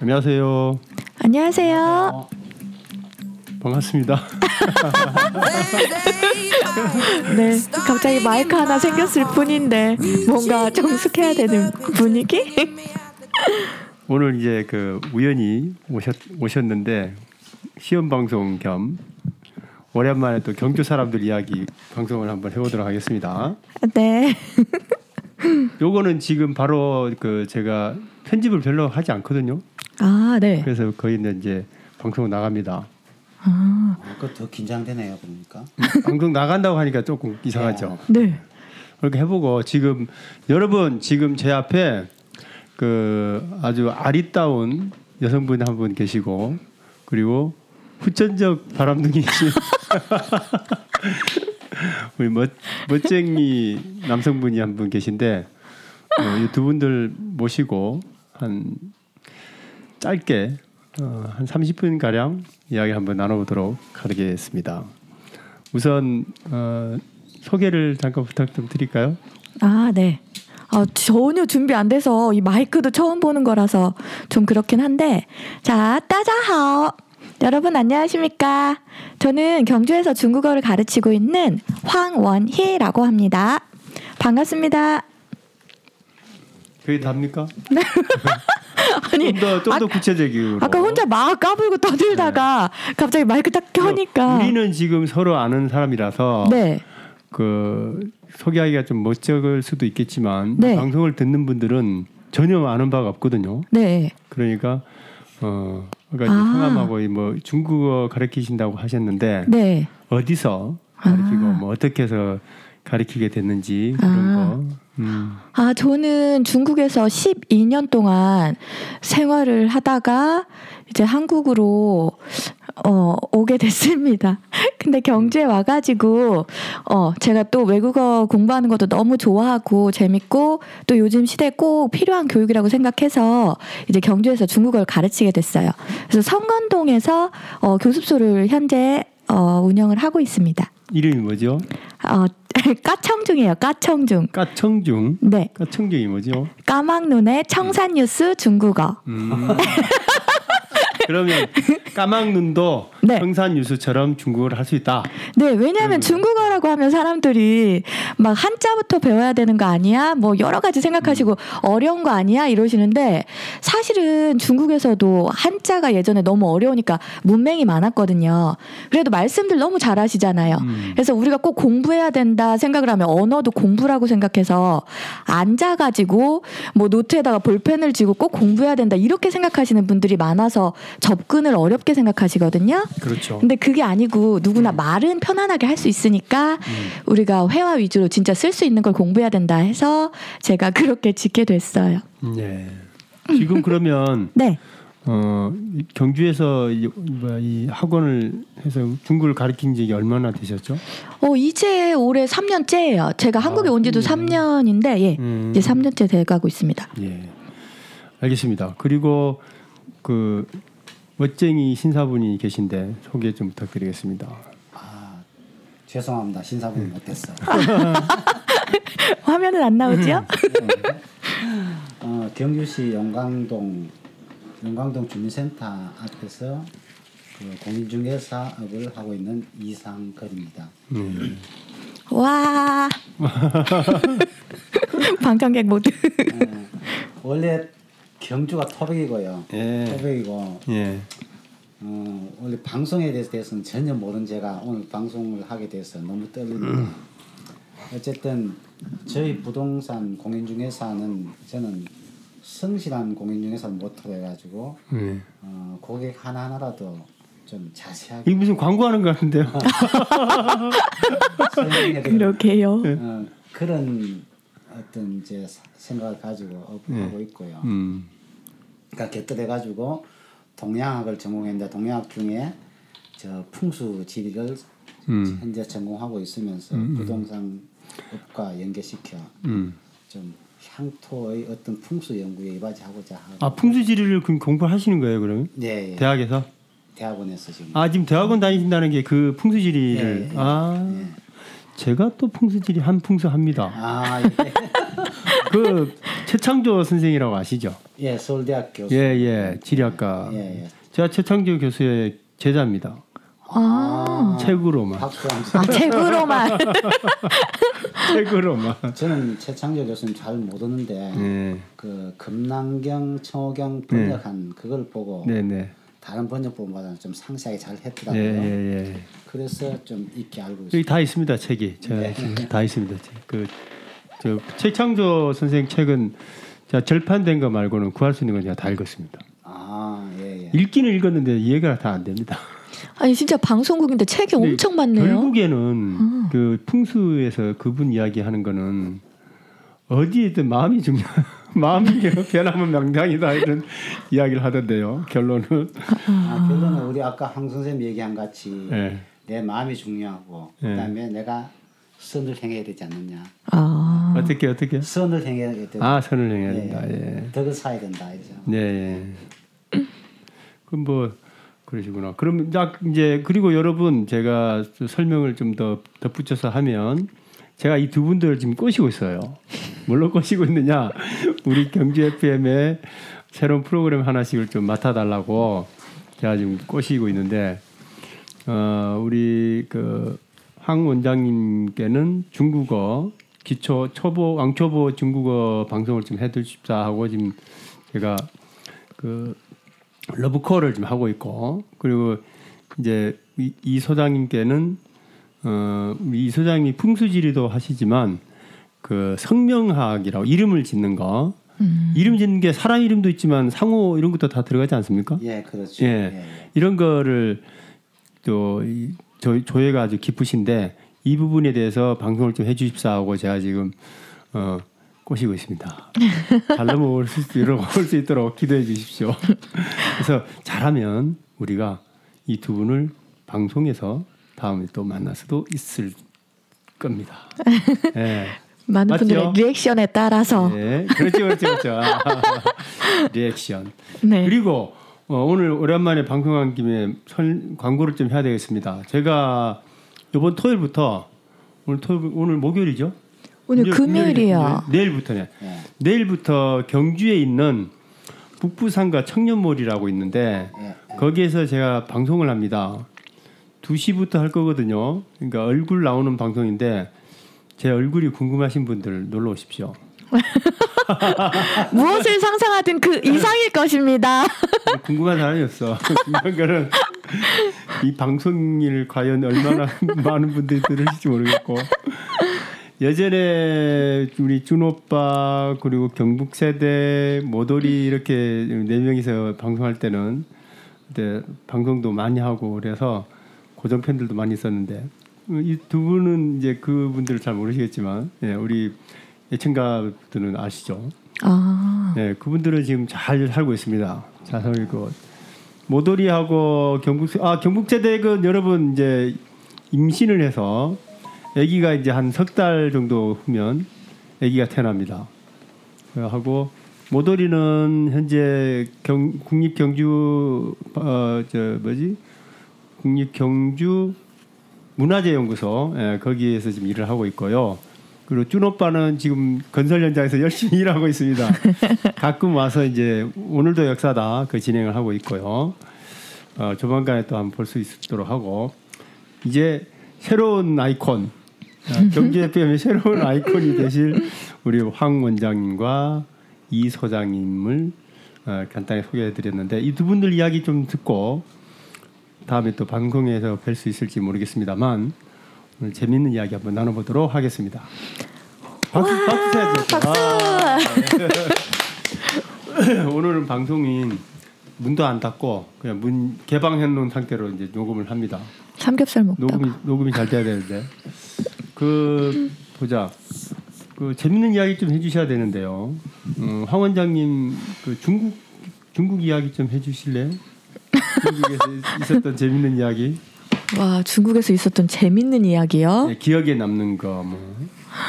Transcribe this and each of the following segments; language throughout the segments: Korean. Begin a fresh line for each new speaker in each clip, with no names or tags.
안녕하세요.
안녕하세요.
반갑습니다.
네, 갑자기 마이크 하나 생겼을 뿐인데 뭔가 정숙해야 되는 분위기?
오늘 이제 그 우연히 오셨 오셨는데 시험 방송 겸 오랜만에 또 경주 사람들 이야기 방송을 한번 해보도록 하겠습니다.
네.
요거는 지금 바로 그 제가 편집을 별로 하지 않거든요.
아, 네.
그래서 거의 이제 방송 나갑니다.
아,
그러니까 그더 긴장되네요, 그러니까.
방송 나간다고 하니까 조금 이상하죠.
네.
그렇게 해보고 지금 여러분 지금 제 앞에 그 아주 아리따운 여성분 한 분 계시고 그리고 후천적 바람둥이신 우리 멋 멋쟁이 남성분이 한 분 계신데 어, 이두 분들 모시고 한 짧게 어, 한 30분 가량 이야기 한번 나눠보도록 하겠습니다. 우선 어, 소개를 잠깐 부탁 좀 드릴까요?
아, 네. 아, 전혀 준비 안 돼서 이 마이크도 처음 보는 거라서 좀 그렇긴 한데. 자, 따자하오. 여러분 안녕하십니까? 저는 경주에서 중국어를 가르치고 있는 황원희라고 합니다. 반갑습니다.
그게 답니까?
아니,
좀더좀
아-
더 구체적으로.
아까 혼자 막 까불고 떠들다가 갑자기 마이크 딱 켜니까
네. 우리는 지금 서로 아는 사람이라서
네.
그 소개하기가 좀 멋쩍을 수도 있겠지만
네.
방송을 듣는 분들은 전혀 아는 바가 없거든요.
네.
그러니까 어 그러니까 이
아.
성함하고 이 뭐 중국어 가르치신다고 하셨는데
네.
어디서 가르치고
아.
뭐 어떻게 해서 가르치게 됐는지 그런
아.
거. 음.
아, 저는 중국에서 12년 동안 생활을 하다가 이제 한국으로 어, 오게 됐습니다. 근데 경주에 와가지고, 어, 제가 또 외국어 공부하는 것도 너무 좋아하고 재밌고, 또 요즘 시대에 꼭 필요한 교육이라고 생각해서 이제 경주에서 중국어를 가르치게 됐어요. 그래서 성건동에서 어, 교습소를 현재 어, 운영을 하고 있습니다.
이름이 뭐죠?
어, 까청중이에요, 까청중.
까청중.
네.
까청중이 뭐죠?
까막눈의 청산뉴스 중국어.
음. 그러면 까막눈도
네.
청산 유수처럼 중국어를 할 수 있다.
네, 왜냐하면 중국어라고 하면 사람들이 막 한자부터 배워야 되는 거 아니야? 뭐 여러 가지 생각하시고 어려운 거 아니야? 이러시는데 사실은 중국에서도 한자가 예전에 너무 어려우니까 문맹이 많았거든요. 그래도 말씀들 너무 잘하시잖아요.
음.
그래서 우리가 꼭 공부해야 된다 생각을 하면 언어도 공부라고 생각해서 앉아가지고 뭐 노트에다가 볼펜을 쥐고 꼭 공부해야 된다 이렇게 생각하시는 분들이 많아서 접근을 어렵게 생각하시거든요.
그렇죠.
근데 그게 아니고 누구나 말은 편안하게 할 수 있으니까 우리가 회화 위주로 진짜 쓸 수 있는 걸 공부해야 된다 해서 제가 그렇게 짓게 됐어요.
예. 지금 그러면
네.
어, 이 경주에서 이, 뭐야, 이 학원을 해서 중국을 가르친 지 얼마나 되셨죠?
어, 이제 올해 3년째예요. 제가 한국에 온 지도 3년인데 예.
음.
이제 3년째 돼 가고 있습니다.
예. 알겠습니다. 그리고 그 멋쟁이 신사분이 계신데 소개 좀 부탁드리겠습니다.
아, 죄송합니다. 신사분 못했어.
화면은 안 나오죠?
어, 경주시 영광동 영광동 주민센터 앞에서 그 공인중개 사업을 하고 있는 이상걸입니다.
음.
와. 방청객 모두.
어, 원래 경주가 토백이고요.
예.
토백이고
예.
어, 원래 방송에 대해서- 대해서는 전혀 모른 제가 오늘 방송을 하게 돼서 너무 떨립니다. 어쨌든 저희 부동산 공인중개사는 저는 성실한 공인중개사를 못하고 해가지고
예.
어, 고객 하나하나라도 좀 자세하게
이게 무슨 광고하는 것 같은데요?
설명해드리고
그러게요.
어, 그런 어떤 이제 사- 생각을 가지고 업하고 있고요.
음.
그러니까 곁들여가지고 동양학을 전공했는데 동양학 중에 저 풍수지리를
음.
현재 전공하고 있으면서 부동산업과 연계시켜
음.
좀 향토의 어떤 풍수 연구에 이바지하고자 하고
아 풍수지리를 그럼 공부하시는 거예요 그러면
예, 예.
대학에서?
대학, 원에서 지금
아 지금 대학원 다니신다는 게 그 풍수지리를
예, 예.
아 제가 또 풍수지리 한 풍수합니다.
아 예.
그 최창조 선생이라고 아시죠?
예, 서울대학 교수.
예, 예. 지리학과.
예, 예.
제가 최창조 교수의 제자입니다. 음,
아,
책으로만.
박수함수.
아 책으로만.
책으로만.
저는 최창조 교수는 잘 모르는데
네.
그 금남경, 청호경 번역한 그걸 보고
네, 네.
다른 번역본보다는 좀 상세하게 잘
예,
했더라고요.
예, 예.
그래서 좀 익게 알고
여기
있어요.
다 있습니다 책이 제가
네.
다 있습니다 책. 그, 저 최창조 선생 책은 제가 절판된 거 말고는 구할 수 있는 건 제가 다 읽었습니다.
아, 예, 예.
읽기는 읽었는데 이해가 다 안 됩니다.
아니 진짜 방송국인데 책이
근데
어, 엄청 많네요. 어.
결국에는 그 풍수에서 그분 이야기하는 거는 어디에든 마음이 중요. 마음이 변하면 명당이다 이런 이야기를 하던데요. 결론은
아, 결론은 우리 아까 황 선생님 얘기한 같이
예.
내 마음이 중요하고
예.
그다음에 내가 선을 행해야 되지 않느냐.
아, 네.
어떻게 어떻게
선을 행해야 된다.
아 선을 행해야 된다. 예.
덕을 사야 된다. 이죠.
네. 그럼 뭐 그러시구나. 그럼 딱 이제 그리고 여러분 제가 좀 설명을 좀 더 덧붙여서 하면 제가 이 두 분들을 지금 꼬시고 있어요. 뭘로 꼬시고 있느냐? 우리 경주 FM의 새로운 프로그램 하나씩을 좀 맡아달라고 제가 지금 꼬시고 있는데 어, 우리 그 황 원장님께는 중국어 기초 초보 왕초보 중국어 방송을 좀 해드립시다 하고 지금 제가 그 러브콜을 좀 하고 있고 그리고 이제 이, 이 소장님께는 어, 우리 이 소장님이 풍수지리도 하시지만 그 성명학이라고 이름을 짓는 거 이름 짓는 게 사람 이름도 있지만 상호 이런 것도 다 들어가지 않습니까?
예, 그렇죠.
예.
예,
이런 거를 또 이- 조, 조예가 아주 깊으신데 이 부분에 대해서 방송을 좀 해주십사 하고 제가 지금 어, 꼬시고 있습니다. 잘 넘어올 수, 있- 넘어올 수 있도록 기도해 주십시오. 그래서 잘하면 우리가 이 두 분을 방송에서 다음에 또 만나서도 있을 겁니다. 예.
많은
맞죠?
분들의 리액션에 따라서
예. 그렇죠, 그렇죠, 그렇죠. 리액션.
네.
그리고 어, 오늘 오랜만에 방송한 김에 설, 광고를 좀 해야 되겠습니다. 제가 이번 토요일부터 오늘 토요일 오늘 목요일이죠?
오늘 금요일이에요.
금요일이- 내일부터네.
예.
내일부터 경주에 있는 북부상가 청년몰이라고 있는데
네,
예.
거기에서 제가 방송을 합니다. 2시부터 할 거거든요. 그러니까 얼굴 나오는 방송인데 제 얼굴이 궁금하신 분들 놀러 오십시오.
무엇을 상상하든 그 이상일 것입니다.
궁금한 사람이었어. 중요한 거는 이 방송일 과연 얼마나 많은 분들이 들으실지 모르겠고 예전에 우리 준 오빠 그리고 경북 세대 모돌이 이렇게 네 명이서 방송할 때는 그때 방송도 많이 하고 그래서 고정 팬들도 많이 있었는데 이 두 분은 이제 그분들을 잘 모르시겠지만 예, 우리 예청가들은 아시죠?
아,
네, 그분들은 지금 잘 살고 있습니다. 잘 살고 모도리하고 경북 아 경북 제대는 여러분 이제 임신을 해서 아기가 이제 한 석 달 정도 후면 아기가 태어납니다. 어, 하고 모도리는 현재 경, 국립 경주 어저 뭐지 국립 경주 문화재연구소 예, 거기에서 지금 일을 하고 있고요. 그리고 준 오빠는 지금 건설 현장에서 열심히 일하고 있습니다. 가끔 와서 이제 오늘도 역사다 그 진행을 하고 있고요. 어, 조만간에 또 한번 볼 수 있도록 하고 이제 새로운 아이콘 아, 경주 FM의 새로운 아이콘이 되실 우리 황 원장님과 이 소장님을 어, 간단히 소개해드렸는데 이 두 분들 이야기 좀 듣고 다음에 또 방송에서 뵐 수 있을지 모르겠습니다만 오늘 재밌는 이야기 한번 나눠보도록 하겠습니다. 박수, 박수 쳐야죠. 아. 오늘은 방송인 문도 안 닫고 그냥 문 개방해 놓은 상태로 이제 녹음을 합니다.
삼겹살 먹다가
녹음이 녹음이 잘 돼야 되는데 그 보자 그 재밌는 이야기 좀 해주셔야 되는데요. 음, 황 원장님 그 중국 중국 이야기 좀 해주실래요? 중국에서 있었던 재밌는 이야기,
와 중국에서 있었던 재밌는 이야기요.
네, 기억에 남는 거뭐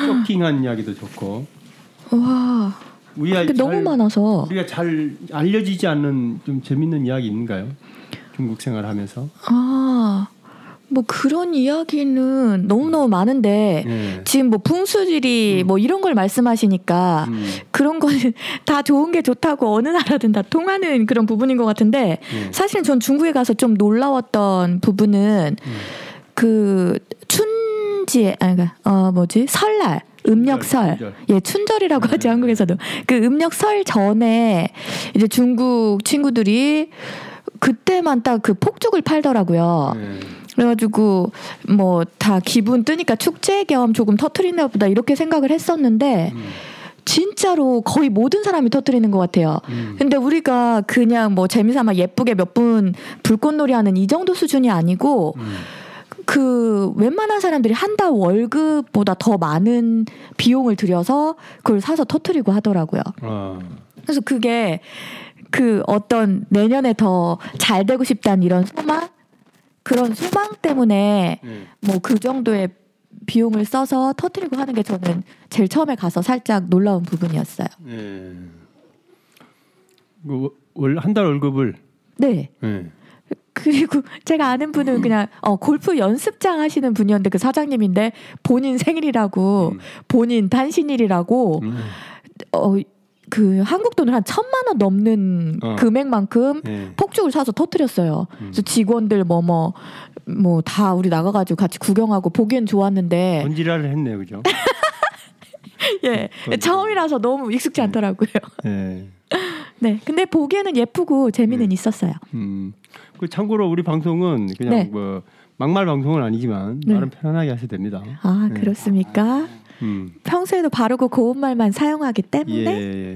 쇼킹한 이야기도 좋고
와,
우리가
아, 근데 너무
잘-
많아서
우리가 잘 알려지지 않는 좀 재밌는 이야기 있는가요? 중국 생활하면서
아 뭐 그런 이야기는 너무너무 많은데
예.
지금 뭐 풍수지리 뭐 이런 걸 말씀하시니까
음.
그런 거는 다 좋은 게 좋다고 어느 나라든 다 통하는 그런 부분인 것 같은데
예,
사실 전 중국에 가서 좀 놀라웠던 부분은 그 춘지에 아니 그러니까 어 뭐지 설날 음력 설
춘절. 네,
예 춘절이라고 하죠 한국에서도 그 음력 설 전에 이제 중국 친구들이 그때만 딱 그 폭죽을 팔더라고요.
예.
그래가지고 뭐 다 기분 뜨니까 축제 겸 조금 터트리나 보다 이렇게 생각을 했었는데
음,
진짜로 거의 모든 사람이 터트리는 것 같아요.
음.
근데 우리가 그냥 뭐 재미삼아 예쁘게 몇 분 불꽃놀이 하는 이 정도 수준이 아니고
음.
그 웬만한 사람들이 한 달 월급보다 더 많은 비용을 들여서 그걸 사서 터트리고 하더라고요.
아.
그래서 그게 그 어떤 내년에 더 잘 되고 싶다는 이런 소망 그런 소망 때문에
예.
뭐 그 정도의 비용을 써서 터트리고 하는 게 저는 제일 처음에 가서 살짝 놀라운 부분이었어요.
예. 그 월한달 월급을
네.
예.
그리고 제가 아는 분은 그냥 어 골프 연습장 하시는 분이었는데 그 사장님인데 본인 생일이라고
음.
본인 단신일이라고
음.
어 그 한국 돈으로 한 천만 원 넘는
어. 음.
금액만큼
예.
폭죽을 사서 터뜨렸어요. 그래서 직원들 뭐 뭐 뭐 다 우리 나가가지고 같이 구경하고 보기엔 좋았는데
예. 본질화를 했네요, 그죠?
예
그건- 네.
처음이라서 너무 익숙지 않더라고요.
예.
네, 근데 보기에는 예쁘고 재미는 있었어요.
음. 그 참고로 우리 방송은 그냥
네.
뭐 막말 방송은 아니지만
네.
말은 편안하게 하셔도 됩니다.
아
네.
그렇습니까?
음.
평소에도 바르고 고운 말만 사용하기
예.
때문에
예.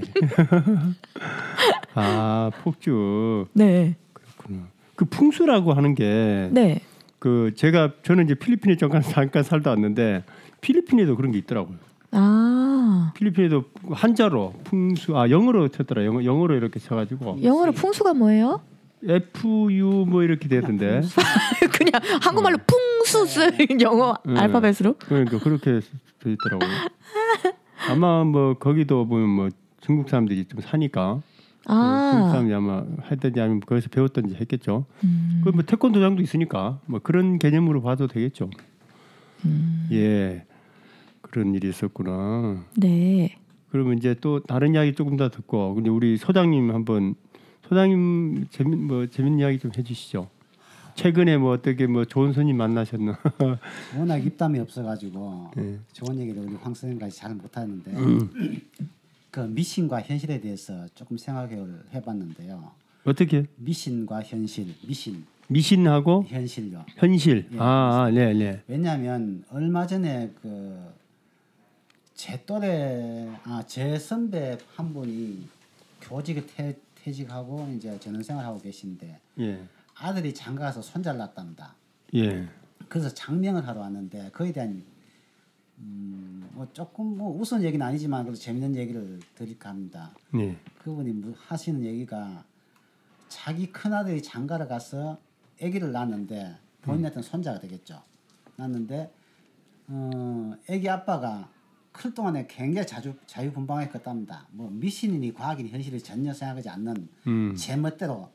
아 폭죽
네,
그렇구나. 그 풍수라고 하는 게 그
네.
제가 저는 이제 필리핀에 잠깐 잠깐 살다 왔는데 필리핀에도 그런 게 있더라고요.
아
필리핀에도 한자로 풍수 아 영어로 쳤더라 영어 영어로 이렇게 쳐가지고
영어로 풍수가 뭐예요?
F U 뭐 이렇게 되던데
그냥 한국말로 풍수 쓰는 영어
네.
알파벳으로?
그러니까 그렇게 돼 있더라고요. 아마 뭐 거기도 보면 뭐 중국 사람들이 좀 사니까 중국
아
사람이 아마 했든지 아니면 거기서 배웠든지 했겠죠.
음,
그뭐 태권도장도 있으니까 뭐 그런 개념으로 봐도 되겠죠.
음.
예, 그런 일이 있었구나.
네.
그러면 이제 또 다른 이야기 조금 더 듣고 근데 우리 소장님 한번 소장님 재미 뭐 재밌는 이야기 좀 해주시죠. 최근에 뭐 어떻게 뭐 좋은 손님 만나셨나?
워낙 입담이 없어가지고
네.
좋은 얘기를 우리 황 선생님까지 잘 못하는데
음.
그 미신과 현실에 대해서 조금 생각을 해봤는데요.
어떻게
미신과 현실, 미신,
미신하고
현실요.
현실.
예.
아, 아, 네, 네.
왜냐하면 얼마 전에 그 제 또래 아 제 선배 한 분이 교직을 퇴, 퇴직하고 이제 전원생활 하고 계신데
예,
아들이 장가가서 손잘났답니다.
예.
그래서 장명을 하러 왔는데 그에 대한 음뭐 조금 뭐 우스운 얘기는 아니지만 그래도 재밌는 얘기를 드릴까 합니다.
네.
그분이 무- 하시는 얘기가 자기 큰아들이 장가를 가서 아기를 낳았는데
음.
본인한테는 손자가 되겠죠. 낳았는데 어, 아기 아빠가 클 동안에 굉장히 자주 자유분방했겠답니다. 뭐 미신이니 과학이니 현실을 전혀 생각하지 않는
음.
제 멋대로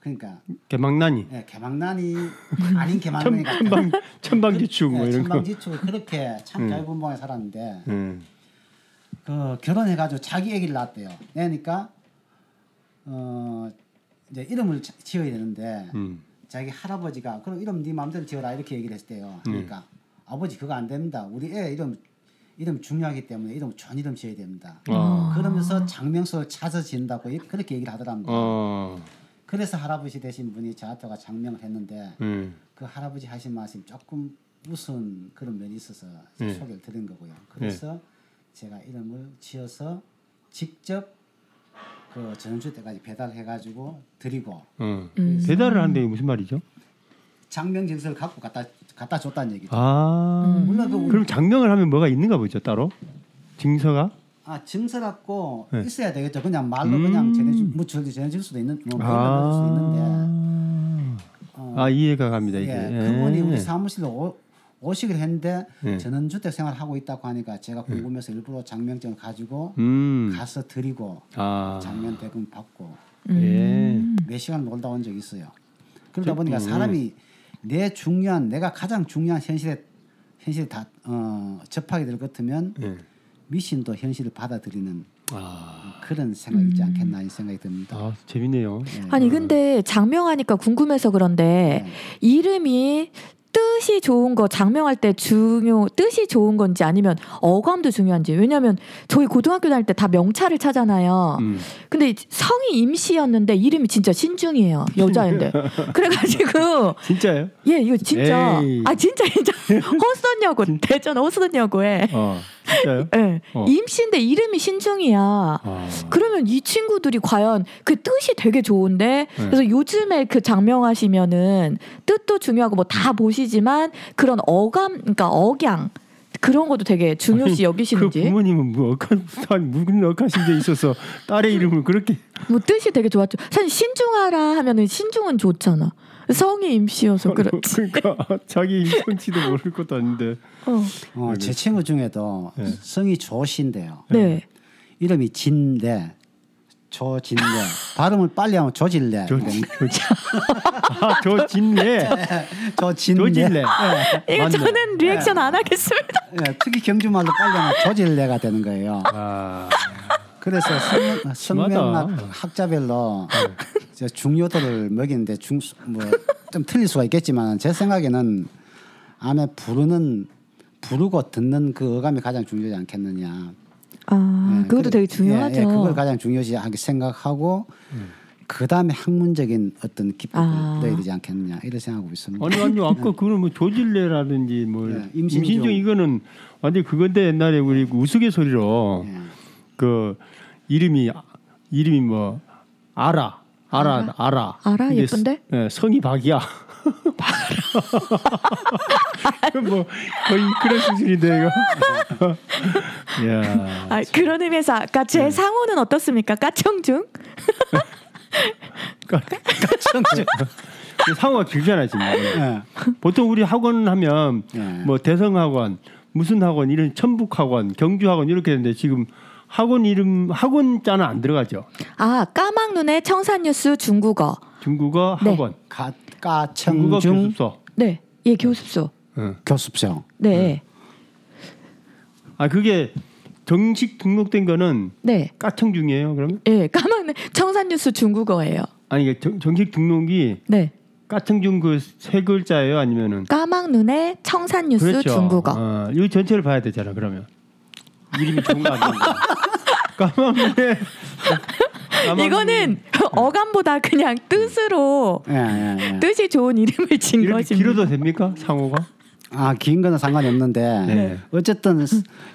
그러니까
개망나니.
예, 개망난이 아닌 개망난이 같은
천방 천방지축 뭐
예,
이런 거. 음.
천방지축을 그렇게 참 자유분방하게 살았는데
예.
그 결혼해가지고 자기 아기를 낳았대요. 그러니까 어 이제 이름을 자- 지어야 되는데
음.
자기 할아버지가 그럼 이름 네 마음대로 지어라 이렇게 얘기를 했대요. 그러니까
네.
아버지 그거 안 됩니다. 우리 애 이름 이름 중요하기 때문에 이름 전 이름 지어야 됩니다.
아.
그러면서 장명소를 찾아 지는다고 이- 그렇게 얘기를 하더랍니다.
어.
그래서 할아버지 되신 분이 저한테가 장명을 했는데
예.
그 할아버지 하신 말씀 조금 우스운 그런 면이 있어서
예.
소개를 드린 거고요. 그래서 제가 이름을 지어서 직접 그 전주 때까지 배달해 가지고 드리고
어.
음.
배달을 한다는 게 무슨 말이죠?
장명증서를 갖고 갖다 갖다 줬다는 얘기죠.
아.
물론 그 우리-
그럼 장명을 하면 뭐가 있는가 보죠 따로 증서가
아 증서 갖고
네.
있어야 되겠죠. 그냥 말로
음.
그냥 전해줄 뭐 전- 전해줄 수도 있는 뭐 만들 수도 있는데 어,
아 이해가 갑니다 이게
예,
예.
그분이 우리 사무실로 오, 오시기로 했는데
예.
저는 주택 생활 하고 있다고 하니까 제가 궁금해서 일부러 장명증 가지고
음.
가서 드리고
아.
장면 대금 받고
예.
음. 몇 시간 놀다 온 적 있어요. 그러다 보니까 사람이 내 중요한 내가 가장 중요한 현실에 현실에 다 어, 접하게 될 것 같으면
예.
미신도 현실을 받아들이는
아,
그런 생각이지 않겠나 이 생각이 듭니다.
아 재밌네요.
예.
아니 근데 장명하니까 궁금해서 그런데
음.
네.
이름이 뜻이 좋은 거 장명할 때 중요 뜻이 좋은 건지 아니면 어감도 중요한지 왜냐면 저희 고등학교 다닐 때 다 명찰을 차잖아요.
음.
근데 성이 임시였는데 이름이 진짜 신중이에요 여자인데 그래가지고
진짜요?
예 이거 진짜
에이.
아 진짜 진짜 호수원여고 대전 호수원여고에
어, 진짜요?
예
어.
임시인데 이름이 신중이야.
아,
그러면 이 친구들이 과연 그 뜻이 되게 좋은데
네.
그래서 요즘에 그 장명하시면은 뜻도 중요하고 뭐 다 보시지만 그런 어감 그러니까 억양 그런 것도 되게 중요시
그
여기시는지
부모님은 뭐 억한 무슨 무슨 억한 심정이 있어서 딸의 이름을 그렇게
뭐 뜻이 되게 좋았죠. 사실 신중하라 하면은 신중은 좋잖아. 성이 임시여서 그렇지.
그러니까 자기 성씨도 모를 것도 아닌데
어.
어, 제 친구 중에도 성이 조신데요.
네.
이름이 진대 조진대 발음을 빨리 하면 조질래
저 진- 저 진- 아, 저 진네 저
조진대
진네 예.
이거
맞네.
저는 리액션 안 하겠습니다.
예, 특히 경주말로 빨리 하면 조질래가 되는 거예요
아,
그래서 성, 성명학 학자별로
네.
이제 중요도를 먹이는데 중뭐좀 틀릴 수가 있겠지만 제 생각에는 안에 부르는 부르고 듣는 그 어감이 가장 중요하지 않겠느냐
아,
예,
그것도
그래-
되게
예, 예, 그걸
중요하죠.
가장 중요시하게 생각하고 그 다음에 학문적인 어떤 기법을
아.
넣어야 되지 않겠느냐 이런 생각하고 있습니다.
아니 아니 아까 그거는 뭐 조질레라든지 뭐
네, 임신종.
임신종. 이거는 완전 그건데 옛날에 우리 그 우스갯소리로
예.
그 이름이 이름이 뭐 아라 아라 아라
아라?
근데
예쁜데?
스- 예, 성이 박이야. 뭐 거의 그런 수준인데 이거. 야.
아, 그런 의미에서 아까 제 상호는 어떻습니까? 까청중?
상호가 길잖아 지금.
예.
보통 우리 학원 하면
예.
뭐 대성학원, 무슨 학원 이런 천북학원, 경주학원 이렇게 되는데 지금 학원 이름 학원 자는 안 들어가죠.
아 까막눈의 청산뉴스 중국어.
중국어
네.
학원,
가,
중국어
가청중
교습소. 어.
네, 예 교습소.
응.
교습소.
네,
아 그게 정식 등록된 거는
네,
까청중이에요 그러면?
예 까막눈 청산뉴스 중국어예요.
아니 이게 정- 정식 등록이
네,
까청중 그 세 글자예요 아니면은
까막눈의 청산뉴스
그렇죠.
중국어.
어, 이 전체를 봐야 되잖아 그러면 이름이 좋은 거 아니에요? 까만네.
이거는 어감보다 그냥
네.
뜻으로
예, 예, 예.
뜻이 좋은 이름을 진
이렇게
것입니다.
길어도 됩니까 상호가?
아, 긴 거는 상관이 없는데
네.
어쨌든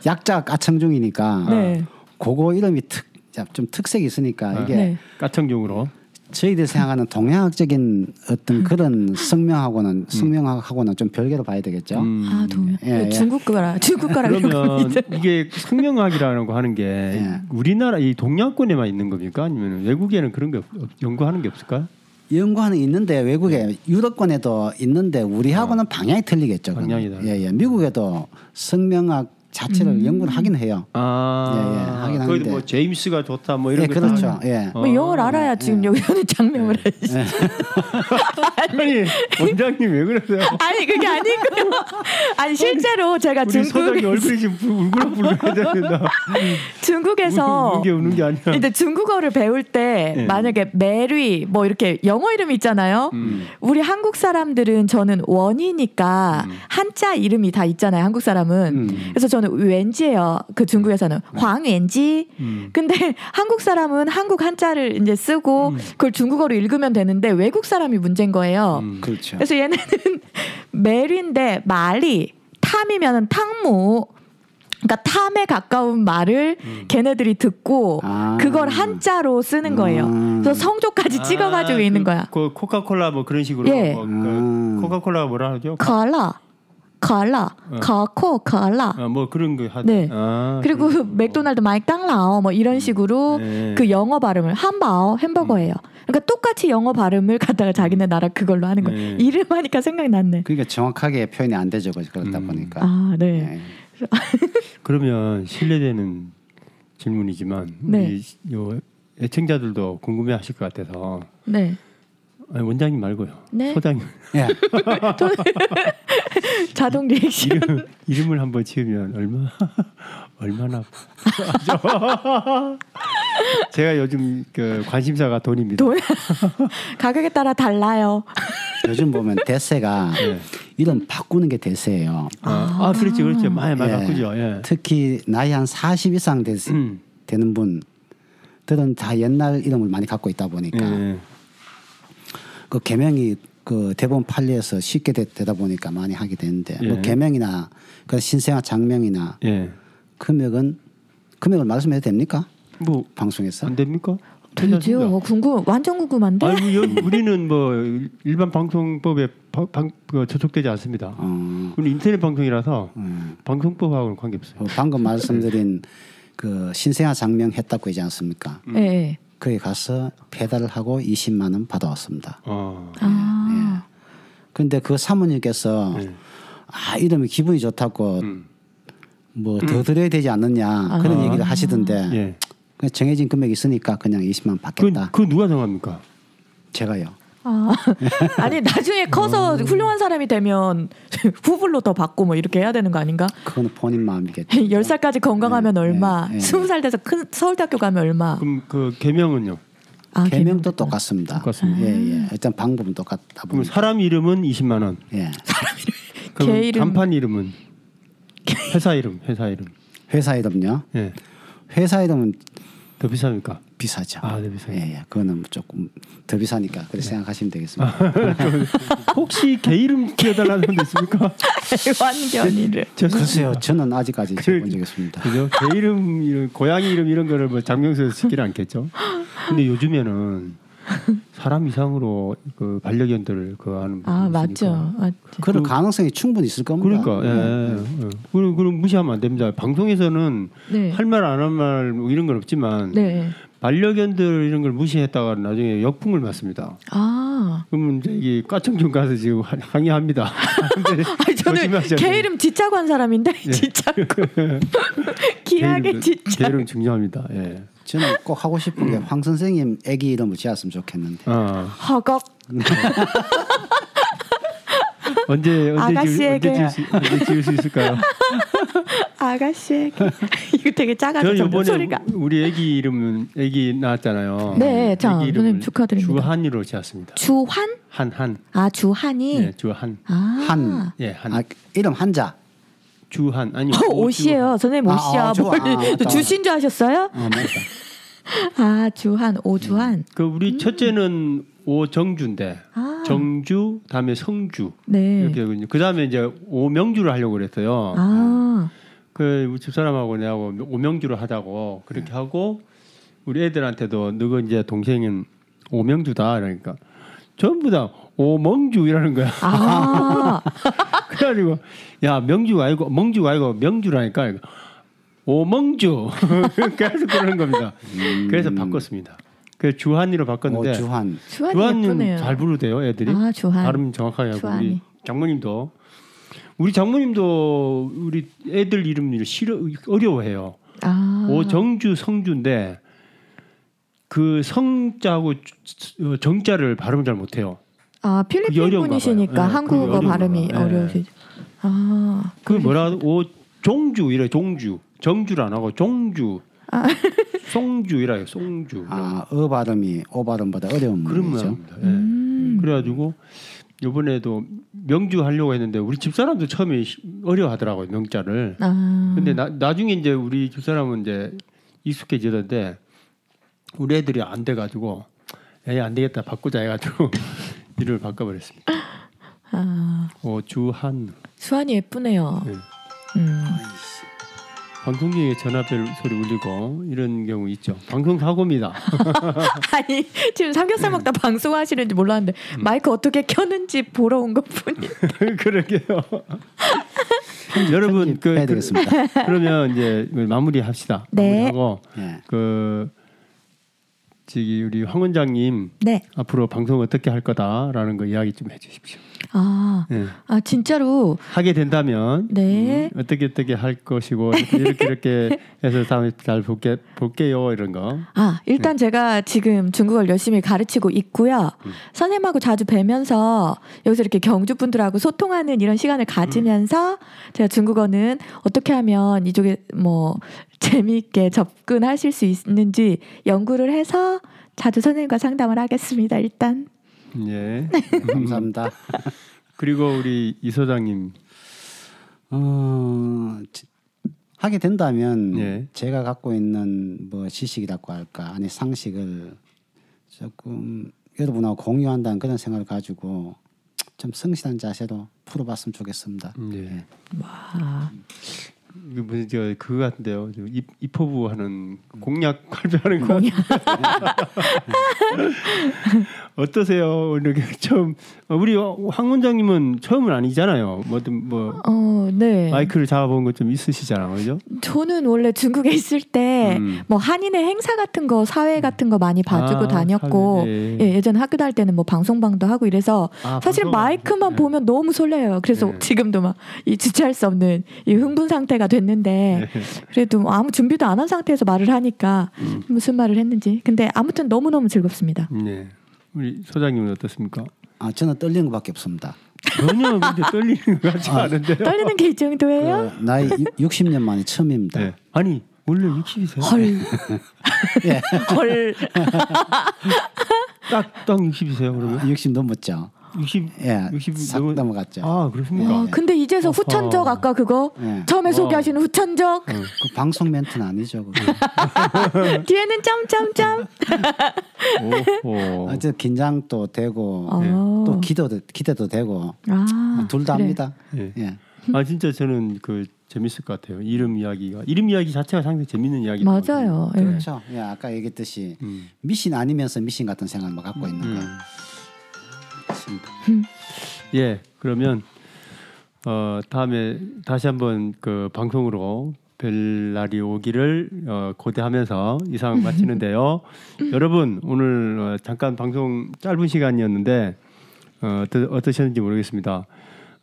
약자 가청중이니까
네.
그거 이름이 특, 좀 특색이 있으니까 이게
네.
까청중으로.
저희들이 생각하는 동양학적인 어떤 그런 성명하고는 성명학하고는 좀 별개로 봐야 되겠죠.
음.
아 도면
예, 예.
중국 거라 중국 거라
그러면 이게 성명학이라는 거 하는 게
예.
우리나라 이 동양권에만 있는 겁니까? 아니면 외국에는 그런 게 없, 없- 연구하는 게 없을까요?
연구하는 있는데
네.
외국에 유럽권에도 있는데 우리하고는 방향이 틀리겠죠. 그건.
아. 방향이 다르죠. 음.
예, 예. 미국에도 성명학 자체를 연구를 하긴 해요. 예, 예.
아,
하긴
거기
하는데.
뭐 제임스가 좋다 아, 뭐 이런
예,
거 다-
그렇죠. 예.
뭐 영어를 알아야
예.
지금 여기서는 장명을
네,
하시죠.
아니 원장님 왜 그러세요?
아니 그게 아니고요. 아니 실제로 제가
우리 소장님
중국
얼굴이 지금 부- 울그락불그락해졌습니다.
중국에서
우는 게 우는 게 아니라.
근데 중국어를 배울 때
예.
만약에 메리 뭐 이렇게 영어 이름 있잖아요. 우리 한국 사람들은 저는 원이니까 한자 이름이 다 있잖아요. 한국 사람은. 그래서 저는 왠지예요. 그 중국에서는 황왠지. 근데 한국 사람은 한국 한자를 이제 쓰고 그걸 중국어로 읽으면 되는데 외국 사람이 문제인 거예요.
음.
그렇죠.
그래서 얘네는 메리인데 말이 탐이면은 탕무. 그러니까 탐에 가까운 말을 걔네들이 듣고
아.
그걸 한자로 쓰는 거예요.
음.
그래서 성조까지 찍어가지고
아,
있는
그-
거야.
그 코카콜라 뭐 그런 식으로.
예.
뭐, 그
음.
코카콜라 뭐라 하죠?
컬러, 컬러, 거코 컬러.
아, 뭐 그런 거 하죠.
네.
아,
그리고 맥도날드 마이땅라오 뭐 이런 식으로
네.
그 영어 발음을 함바오 햄버거예요. 그러니까 똑같이 영어 발음을 갖다가 자기네 나라 그걸로 하는 거예요.
네.
이름 하니까 생각이 났네.
그러니까 정확하게 표현이 안 되죠. 그렇다
음.
보니까.
아 네.
예.
그러면 실례되는 질문이지만
네.
우리 요 애청자들도 궁금해하실 것 같아서
네.
아니, 원장님 말고요.
네.
소장님
예.
자동 리액션.
이름, 이름을 한번 지으면 얼마 얼마나 아프죠? 제가 요즘 그 관심사가 돈입니다.
돈 가격에 따라 달라요.
요즘 보면 대세가
예.
이름 바꾸는 게 대세예요.
아, 아, 그렇지 그렇지 많이 많이
예.
바꾸죠.
아.
예.
특히 나이 한 40 이상 되,
음.
되는 분들은 다 옛날 이름을 많이 갖고 있다 보니까
예.
그 개명이 그 대본 판례에서 쉽게 되, 다 보니까 많이 하게 되는데
예.
뭐 개명이나 그 신생아 장명이나
예.
금액은 금액을 말씀해도 됩니까?
뭐 안
방송에서
됩니까?
되죠. 뭐 네. 궁금 완전 궁금한데.
아니 우리는 뭐 일반 방송법에 방, 방, 그 저촉되지 않습니다.
어, 음.
우리 인터넷 방송이라서 방송법하고는 관계없어요.
어, 예. 방금 말씀드린 그 신생아 장명 했다고 하지 않습니까?
예. 예.
거기 가서 배달을 하고 20만 원 받아왔습니다.
어.
아.
근데 그 사모님께서
예.
아 이러면 기분이 좋다고
음.
뭐 더 드려야 되지 않느냐 그런 얘기를 하시던데
예.
아,
그냥 정해진 금액이 있으니까 그냥 20만
그,
받겠다.
그 누가 정합니까?
제가요.
아. 아니 나중에 커서
음.
훌륭한 사람이 되면 후불로 더 받고 뭐 이렇게 해야 되는 거 아닌가?
그거는 본인 마음이겠죠.
10살까지 건강하면 얼마,
네, 네.
20살 돼서 큰 서울대학교 가면 얼마.
그럼 그 개명은요?
아,
개명도 똑같습니다.
똑같습니다.
예, 예. 일단 방법은 똑같다
음.
그럼
보니까.
사람 이름은 20만 원.
예.
그럼
개 이름.
간판 이름은 회사 이름, 회사 이름.
회사 이름요.
예.
회사 이름은
더 비쌉니까?
비싸죠.
아, 네, 비싸요. 네.
예, 예. 그거는 조금 더 비싸니까 그렇게 생각하시면 되겠습니다.
아, 혹시 개 이름 지어달라는 분도 있습니까?
완견이를.
네. 죄송해요.
글쎄요, 저는 아직까지
그러니까
지어본 적이 없습니다.
그죠? 개 이름, 이런, 고양이 이름 이런 거를 뭐 장명서에서 짓기는 않겠죠. 근데 요즘에는 사람 이상으로 그 반려견들을 그 하는
아,
분이 있으니까.
맞죠. 맞죠.
그럴 가능성이 충분히 있을 겁니다. 네.
그러니까 예. 예. 그럼 그럼 무시하면 안 됩니다. 방송에서는
네.
할 말 안 할 말뭐 이런 건 없지만
네.
반려견들 이런 걸 무시했다가 나중에 역풍을 맞습니다.
아.
그러면 이제 이 과청중 가서 지금 하- 항의합니다. 근데
아니, 저는
조심하셔야
개
돼요. 네.
이름 짓자고 한 사람인데 짓자고. 귀하게
개이름도-
짓자.
개이름 중요합니다. 예.
저는 꼭 하고 싶은
음.
게 황 선생님 애기 이름을 지었으면 좋겠는데.
아,
허걱.
언제 언제 지을, 언제
아가씨에게.
지을 수, 언제 지을 수 있을까요?
아가씨에게. 이거 되게 작아서
저는
점점
이번에
소리가.
우리 아기 이름은 아기 낳았잖아요.
네, 자,
아기 이름을
선생님 축하드립니다.
주한이로 지었습니다.
주환?
한한
아, 주환이.
네, 주한.
아.
한.
예, 한.
아, 이름 한자.
주한 아니
어, 옷이에요. 선생님
아,
옷이야.
아,
뭘
주환. 아, 맞다,
주신 줄 아셨어요?
아, 맞다.
네.
아, 주한, 오주한.
그 우리 첫째는 오정주인데
음. 아.
정주 다음에 성주
네.
이렇게 하거든요. 그 다음에 이제 오명주를 하려고 그랬어요.
아.
그 우리 집사람하고 내하고 오명주를 하자고 그렇게
네.
하고 우리 애들한테도 너가 이제 동생은 오명주다 그러니까 전부 다 오멍주 이라는 거야.
아.
그래가지고 야 명주가 아니고 멍주가 아니고 명주라니까 오멍주 계속 그러는 겁니다. 그래서 바꿨습니다. 그래서 주한이로 바꿨는데
오, 어, 주한.
주한이
주한님
예쁘네요.
잘 부르대요 애들이
아, 주한.
발음 정확하게 하고
주한이.
우리 장모님도 우리 장모님도 우리 애들 이름을 싫어 어려워해요
아.
오정주 성주인데 그 성자하고 주- 어, 정자를 발음을 잘 못해요
아,
그게
필리핀
어려운가
분이시니까
봐요. 예, 그게
한국어
어려운가
발음이
봐요. 예.
어려우시죠. 아.
그 뭐라 오종주 이래 종주 정주를 안 하고 종주 송주 이래요 송주
아, 어 발음이 오 발음보다 어려운
그런
말이죠.
모양입니다. 예. 그래가지고 이번에도 명주 하려고 했는데 우리 집 사람도 처음에 시- 어려워하더라고요 명자를.
아.
근데 나, 나중에 이제 우리 집 사람은 이제 익숙해지던데 우리 애들이 안 돼가지고 에안 되겠다 바꾸자 해가지고 이름을 바꿔버렸습니다.
아.
어, 주한
주한이 예쁘네요.
네.
음.
방송 중에 전화벨 소리 울리고 이런 경우 있죠. 방송 사고입니다.
아니 지금 삼겹살 먹다 방송하시는지 몰랐는데
음.
마이크 어떻게 켜는지 보러 온 것뿐이.
그러게요. 여러분 그,
해야
그
되겠습니다.
그러면 이제 마무리합시다.
네.
마무리하고
예.
그 저기 우리 황 원장님
네.
앞으로 방송 어떻게 할 거다라는 거 이야기 좀 해주십시오.
아,
네.
예.
아 진짜로
하게 된다면
네.
음, 어떻게 어떻게 할 것이고 이렇게 이렇게 해서 다음에 잘 볼게 볼게요 이런 거.
아, 일단
네.
제가 지금 중국어를 열심히 가르치고 있고요.
음.
선생님하고 자주 뵈면서 여기서 이렇게 경주 분들하고 소통하는 이런 시간을 가지면서
음.
제가 중국어는 어떻게 하면 이쪽에 뭐 재미있게 접근하실 수 있는지 연구를 해서 자주 선생님과 상담을 하겠습니다. 일단
예.
네. 감사합니다.
그리고 우리 이 소장님
어, 지- 하게 된다면
예.
제가 갖고 있는 뭐 지식이라고 할까 아니 상식을 조금 여러분하고 공유한다는 그런 생각을 가지고 좀 성실한 자세로 풀어봤으면 좋겠습니다.
예. 아.
와,
그 무슨 저 그거 같은데요. 저입 입허부 하는 공약 발표하는 거. 어떠세요? 이렇게 처음 어, 우리 황 원장님은 처음은 아니잖아요. 뭐든 뭐
어, 네.
마이크를 잡아본 것 좀 있으시잖아요, 그죠?
저는 원래 중국에 있을 때 뭐
음.
한인의 행사 같은 거, 사회 같은 거 많이 봐주고
아,
다녔고
사회, 예.
예, 예전에 학교 다닐 때는 뭐 방송방도 하고 이래서
아,
사실
방송방.
마이크만
예.
보면 너무 설레요. 그래서
예.
지금도 막 이 주체할 수 없는 이 흥분 상태가 됐는데
예.
그래도 아무 준비도 안 한 상태에서 말을 하니까
음.
무슨 말을 했는지. 근데 아무튼 너무너무 즐겁습니다.
네. 우리 소장님은 어떻습니까?
아 저는 떨리는 것밖에 없습니다.
전혀 근데 떨리는 것 같지 않은데.
아, 떨리는 게 이 정도예요?
그 나이 60년 만에 처음입니다.
네. 아니 원래 60이세요?
헐.
그
헐.
딱딱 60이세요 그러면?
60 넘었죠.
60.
예,
60
싹
넘어-
넘어갔죠.
아 그렇습니까?
와, 근데 이제서
어허.
후천적 아까 그거
예.
처음에
와.
소개하시는 후천적
어.
그 방송 멘트는 아니죠. 그거.
뒤에는
예.
점점점. 네.
오호.
어, 제 긴장도 되고
어.
또 기도도 기대도 되고
아,
둘 다
그래.
합니다.
예.
예.
아 진짜 저는 그 재밌을 것 같아요. 이름 이야기가 이름 이야기 자체가 상당히 재밌는 이야기.
맞아요. 예.
그렇죠. 예, 아까 얘기했듯이 미신 아니면서 미신 같은 생각만 갖고 있는 거.
예, 그러면 어, 다음에 다시 한번 그 방송으로 별 날이 오기를 어, 고대하면서 이상 마치는데요. 여러분 오늘 어, 잠깐 방송 짧은 시간이었는데 어, 어떠, 어떠셨는지 모르겠습니다.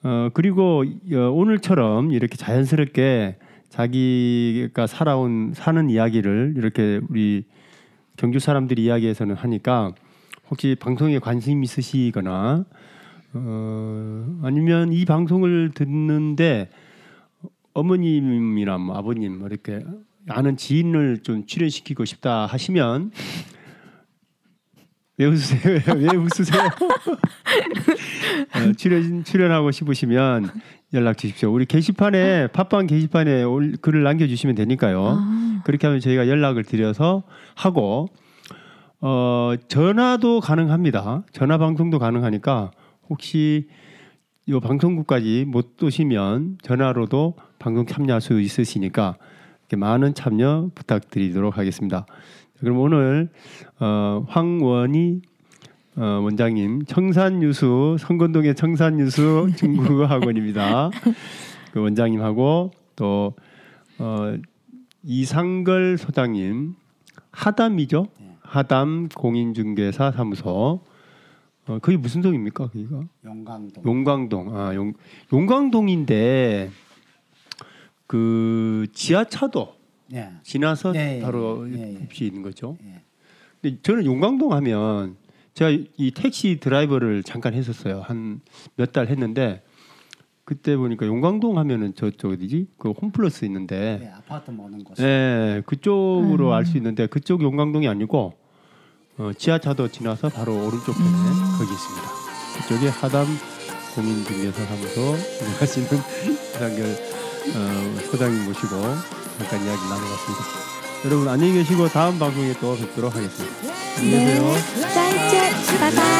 어, 그리고 어, 오늘처럼 이렇게 자연스럽게 자기가 살아온 사는 이야기를 이렇게 우리 경주 사람들 이야기에서는 하니까 혹시 방송에 관심 있으시거나 어, 아니면 이 방송을 듣는데 어머님이나 뭐 아버님 뭐 이렇게 아는 지인을 좀 출연시키고 싶다 하시면 왜 웃으세요? 왜 웃으세요? 어, 출연 출연하고 싶으시면 연락 주십시오. 우리 게시판에 팟빵 게시판에 올, 글을 남겨주시면 되니까요. 그렇게 하면 저희가 연락을 드려서 하고 어, 전화도 가능합니다. 전화 방송도 가능하니까 혹시 이 방송국까지 못 오시면 전화로도 방송 참여할 수 있으시니까 이렇게 많은 참여 부탁드리도록 하겠습니다. 그럼 오늘 어, 황원희 어, 원장님 청산유수 성건동의 청산유수 중국어 학원입니다. 그 원장님하고 또 어, 이상걸 소장님 하담이죠. 하담 공인중개사 사무소. 어, 그게 무슨 동입니까? 거기가
용감도.
용광동. 아, 용 용광동인데 그 지하차도
예.
지나서
예, 예,
바로
예, 예.
혹시 있는 거죠.
예.
근데 저는 용광동 하면 제가 이 택시 드라이버를 잠깐 했었어요. 한 몇 달 했는데 그때 보니까 용광동 하면은 저쪽 어디지? 그 홈플러스 있는데
예, 아파트 모는 곳.
네, 그쪽으로 알 수 있는데 그쪽 용광동이 아니고 어, 지하차도 지나서 바로 오른쪽 편에 거기 있습니다. 그쪽에 하담 공인중개사 사무소 일하시는 이상결 어, 소장님 모시고 잠깐 이야기 나눠봤습니다. 여러분 안녕히 계시고 다음 방송에 또 뵙도록 하겠습니다. 안녕히 계세요.
네. 짠짠. 바이바이.